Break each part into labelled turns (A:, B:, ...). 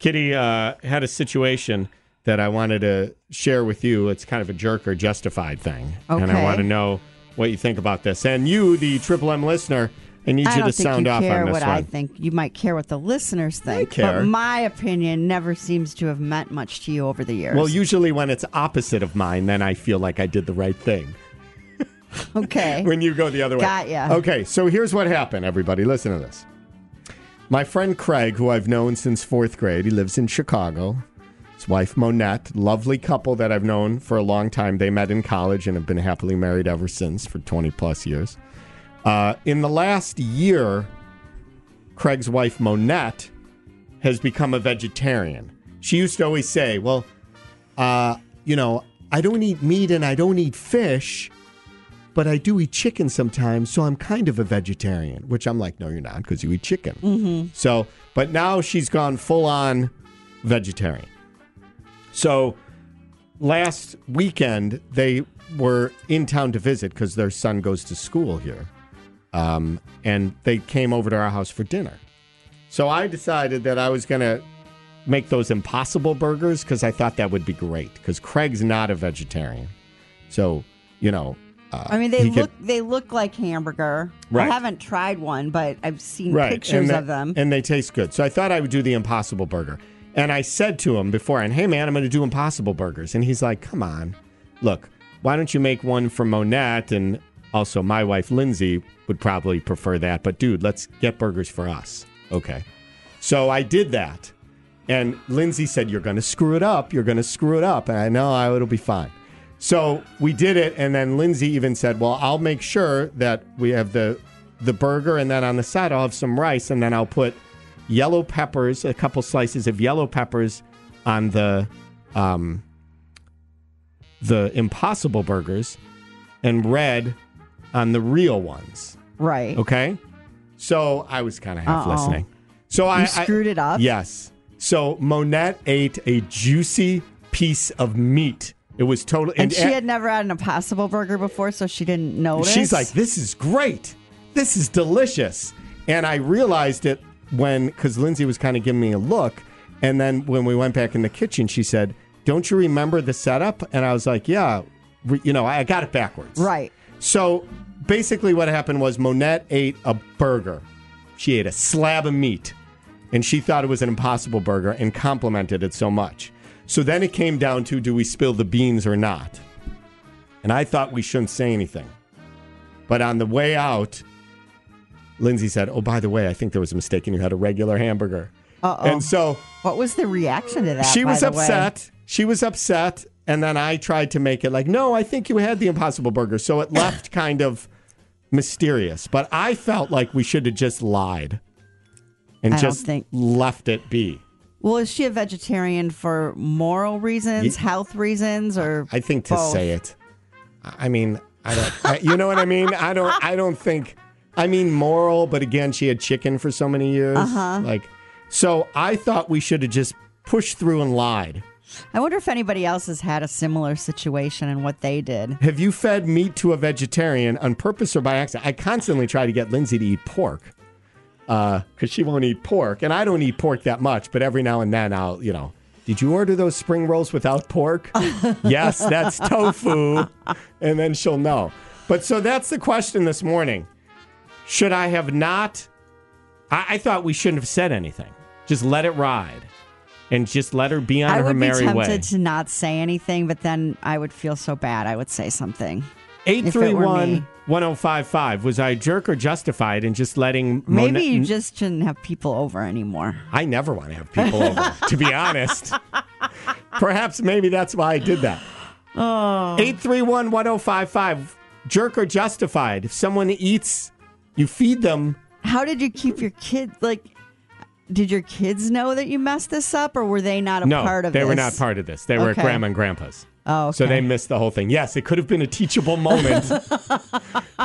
A: Kitty uh, had a situation that I wanted to share with you. It's kind of a jerk or justified thing. And I
B: Okay.
A: want to know what you think about this. And you, the Triple M listener, I need
B: I
A: you
B: don't
A: to
B: think
A: sound
B: you
A: off
B: care
A: on this
B: what
A: one.
B: I think. You might care what the listeners think,
A: care.
B: but my opinion never seems to have meant much to you over the years.
A: Well, usually when it's opposite of mine, then I feel like I did the right thing.
B: okay?
A: When you go the other way.
B: Got ya.
A: Okay, so here's what happened, everybody. Listen to this. My friend Craig, who I've known since fourth grade, he lives in Chicago. His wife, Monette, lovely couple that I've known for a long time. They met in college and have been happily married ever since for 20 plus years. Uh, in the last year, Craig's wife, Monette, has become a vegetarian. She used to always say, Well, uh, you know, I don't eat meat and I don't eat fish, but I do eat chicken sometimes, so I'm kind of a vegetarian, which I'm like, No, you're not, because you eat chicken. So, but now she's gone full on vegetarian. So last weekend, they were in town to visit because their son goes to school here. Um, and they came over to our house for dinner. So I decided that I was going to make those impossible burgers because I thought that would be great because Craig's not a vegetarian. So, you know. Uh,
B: I mean, they
A: he could-
B: look they look like hamburger.
A: Right.
B: I haven't tried one, but I've seen
A: and
B: pictures
A: they-
B: of them.
A: And they taste good. So I thought I would do the Impossible Burger. And I said to him beforehand, hey, man, I'm going to do Impossible Burgers. And he's like, come on. Look, why don't you make one for Monette? And also, my wife, Lindsay, would probably prefer that. But dude, let's get burgers for us. Okay. So I did that. And Lindsay said, You're going to screw it up. You're going to screw it up. And I know I, it'll be fine. So we did it. And then Lindsay even said, Well, I'll make sure that we have the, the burger. And then on the side, I'll have some rice. And then I'll put yellow peppers, a couple slices of yellow peppers on the, um, the impossible burgers and red on the real ones.
B: right.
A: Okay. So I was kind of half
B: Uh-oh.
A: listening. So I I-
B: screwed it up?
A: Yes. So Monette ate a juicy piece of meat. It was totally.
B: And, she had never had an impossible burger before, so she didn't notice.
A: She's like, this is great. This is delicious. And I realized it when, because Lindsay was kind of giving me a look. And then when we went back in the kitchen, she said, Don't you remember the setup? And I was like, Yeah, re- you know, I got it backwards.
B: right.
A: So basically, what happened was Monette ate a burger. She ate a slab of meat, and she thought it was an impossible burger and complimented it so much. So then it came down to do we spill the beans or not? And I thought we shouldn't say anything. But on the way out, Lindsay said, Oh, by the way, I think there was a mistake and you had a regular hamburger.
B: Uh oh.
A: And so
B: what was the reaction to that?
A: she
B: by
A: was
B: the way?
A: upset. She was upset. And then I tried to make it like, no, I think you had the impossible burger. So it left kind of mysterious. But I felt like we should have just lied and
B: I don't
A: just
B: think-
A: left it be.
B: Well, is she a vegetarian for moral reasons,
A: Ye-
B: health reasons, or
A: I think to
B: both?
A: say it. I I mean, I don't. I, you know what I mean? I don't. I don't think. I mean, moral, but again, she had chicken for so many years. Uh-huh. Like, so I thought we should have just pushed through and lied.
B: I wonder if anybody else has had a similar situation and what they did.
A: Have you fed meat to a vegetarian on purpose or by accident? I constantly try to get Lindsay to eat pork because she won't eat pork, and I don't eat pork that much. But every now and then, I'll you know. Did you order those spring rolls without pork? yes, that's tofu. And then she'll know. But so that's the question this morning. Should I have not? I, I thought we shouldn't have said anything. Just let it ride. and just let her be on
B: I
A: her
B: would be
A: merry
B: tempted
A: way.
B: to not say anything, but then I would feel so bad. I would say something. If it were
A: 831
B: me.
A: 1055. Was I a jerk or justified in just letting
B: Maybe
A: Mona-
B: you just shouldn't have people over anymore.
A: I never want to have people over, to be honest. Perhaps maybe that's why I did that.
B: Oh.
A: 831 1055. Jerk or justified. If someone eats, you feed them.
B: How did you keep your kid like? Did your kids know that you messed this up, or were they not a
A: no,
B: part of
A: they
B: this?
A: were not part of this. They were at
B: Okay.
A: grandma and grandpa's.
B: Oh,
A: So they
B: okay.
A: missed the whole thing. Yes, it could have been a teachable moment.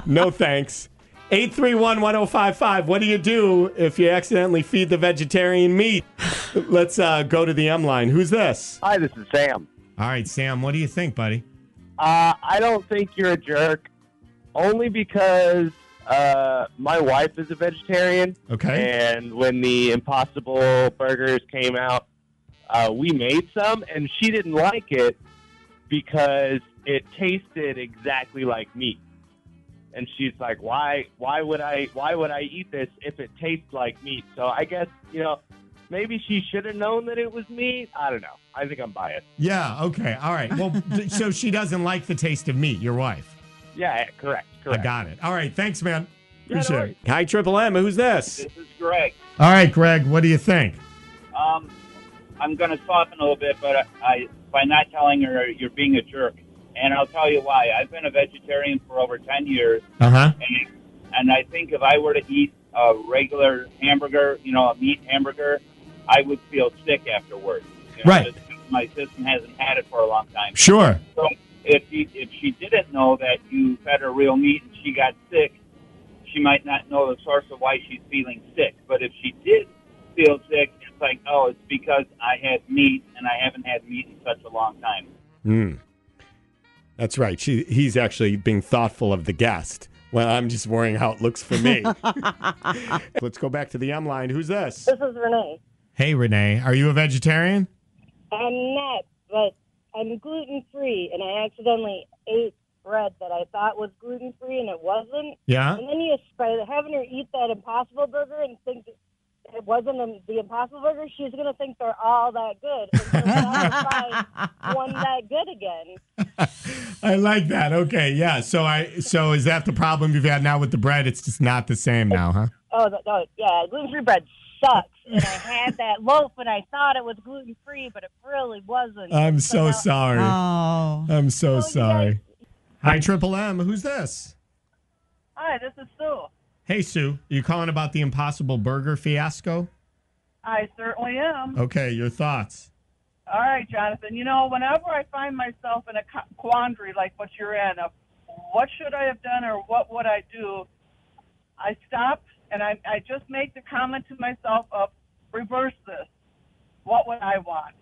A: no thanks. 831 1055. What do you do if you accidentally feed the vegetarian meat? Let's uh, go to the M line. Who's this?
C: Hi, this is Sam.
A: All right, Sam, what do you think, buddy?
C: Uh, I don't think you're a jerk, only because uh, my wife is a vegetarian,
A: Okay.
C: and when the Impossible Burgers came out, uh, we made some, and she didn't like it because it tasted exactly like meat. And she's like, "Why? Why would I? Why would I eat this if it tastes like meat?" So I guess you know, maybe she should have known that it was meat. I don't know. I think I'm biased.
A: Yeah, okay. All right. Well, th- so she doesn't like the taste of meat, your wife.
C: Yeah, correct.
A: I
C: Correct.
A: got it. All right, thanks, man.
C: Yeah, no
A: Appreciate
C: worries.
A: it. Hi, Triple M. Who's this?
D: This is Greg.
A: All right, Greg, what do you think?
D: Um, I'm going to soften a little bit, but I, I by not telling her you're being a jerk, and I'll tell you why. I've been a vegetarian for over ten years,
A: Uh huh.
D: and and I think if I were to eat a regular hamburger, you know, a meat hamburger, I would feel sick afterwards. You know,
A: Right.
D: just 'cause My system hasn't had it for a long time.
A: Sure.
D: So if she, if she didn't know that you fed her real meat and she got sick, she might not know the source of why she's feeling sick. But if she did feel sick, it's like, oh, it's because I had meat and I haven't had meat in such a long time.
A: Mm. That's right. She, he's actually being thoughtful of the guest. Well, I'm just worrying how it looks for me. Let's go back to the M line. Who's this?
E: This is Renee.
A: Hey, Renee. Are you a vegetarian?
E: I'm not, but I'm gluten free, and I accidentally ate bread that I thought was gluten free, and it wasn't.
A: Yeah.
E: And then you, by having her eat that Impossible Burger and think it wasn't a, the Impossible Burger, she's going to think they're all that good. And so now I find one that good again.
A: I like that. Okay. Yeah. So I. So is that the problem you've had now with the bread? It's just not the same now, huh?
E: Oh, th- no, yeah, gluten free bread sucks. And I had that loaf, and I thought it was gluten free, but it really wasn't.
A: I'm
E: But
A: so
E: now-
A: sorry.
B: Oh,
A: I'm so
E: you
A: sorry. Hi, Triple M. Who's this?
E: Hi, this is Sue.
A: Hey, Sue. You calling about the Impossible Burger fiasco?
F: I certainly am.
A: Okay. Your thoughts?
F: All right, Jonathan. You know, whenever I find myself in a co- quandary like what you're in, of what should I have done or what would I do, I stop and I, I just make the comment to myself of reverse this. What would I want?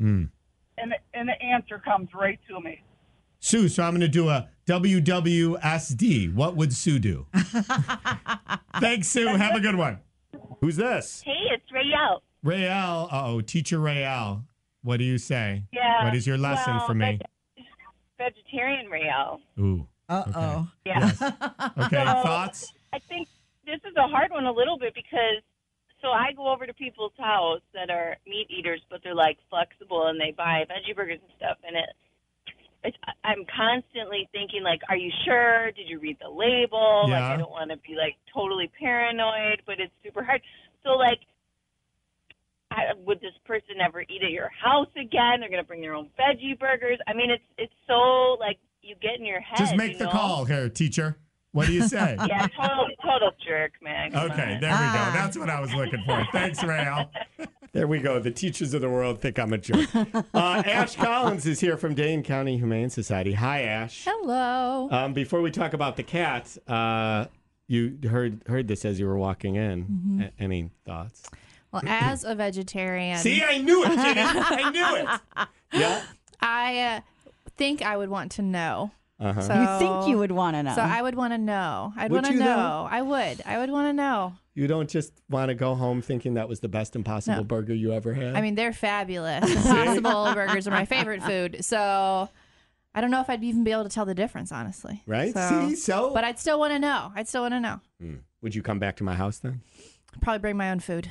A: Mm.
F: And the, and the answer comes right to me.
A: Sue. So I'm going to do a WWSD. What would Sue do? Thanks, Sue. Have a good one. Who's this?
E: Hey, it's Rayel.
A: Rayel. Uh oh, teacher Rayel. What do you say?
F: Yeah,
A: What is your lesson
F: well,
A: for me?
F: Vegetarian real.
A: Ooh.
B: uh oh.
F: Yeah.
A: Okay.
E: Well,
A: thoughts?
E: I think this is a hard one a little bit because so I go over to people's house that are meat eaters, but they're like flexible and they buy veggie burgers and stuff, and it. It's, I- I'm constantly thinking, like, are you sure? Did you read the label? Like,
A: Yeah.
E: I don't want to be like totally paranoid, but it's super hard. So, like, I, would this person ever eat at your house again? They're gonna bring their own veggie burgers. I mean, it's it's so like you get in your head.
A: Just make
E: you
A: the
E: know?
A: call here, teacher. What do you say?
E: Yeah, total, total jerk, man. Come
A: Okay,
E: on.
A: there we go.
B: Ah.
A: That's what I was looking for. Thanks, Rail. There we go. The teachers of the world think I'm a jerk. Uh, Ash Collins is here from Dane County Humane Society. Hi, Ash.
G: Hello.
A: Um, before we talk about the cat, uh, you heard heard this as you were walking in.
G: Mm-hmm.
A: A- any thoughts?
G: Well, as a vegetarian,
A: See, I knew it. Jenny. I knew it. Yeah.
G: I uh, think I would want to know.
A: Uh-huh.
G: So,
B: You think you would want to know?
G: So I would want to know. I'd
A: Would
G: want to
A: you,
G: know. Oh,
A: though?
G: I would. I would want to know.
A: You don't just want to go home thinking that was the best impossible
G: No.
A: burger you ever had.
G: I mean, they're fabulous. Impossible burgers are my favorite food. So I don't know if I'd even be able to tell the difference, honestly.
A: right?
G: So,
A: See, so
G: but I'd still want to know. I'd still want to know.
A: would you come back to my house then?
G: Probably bring my own food.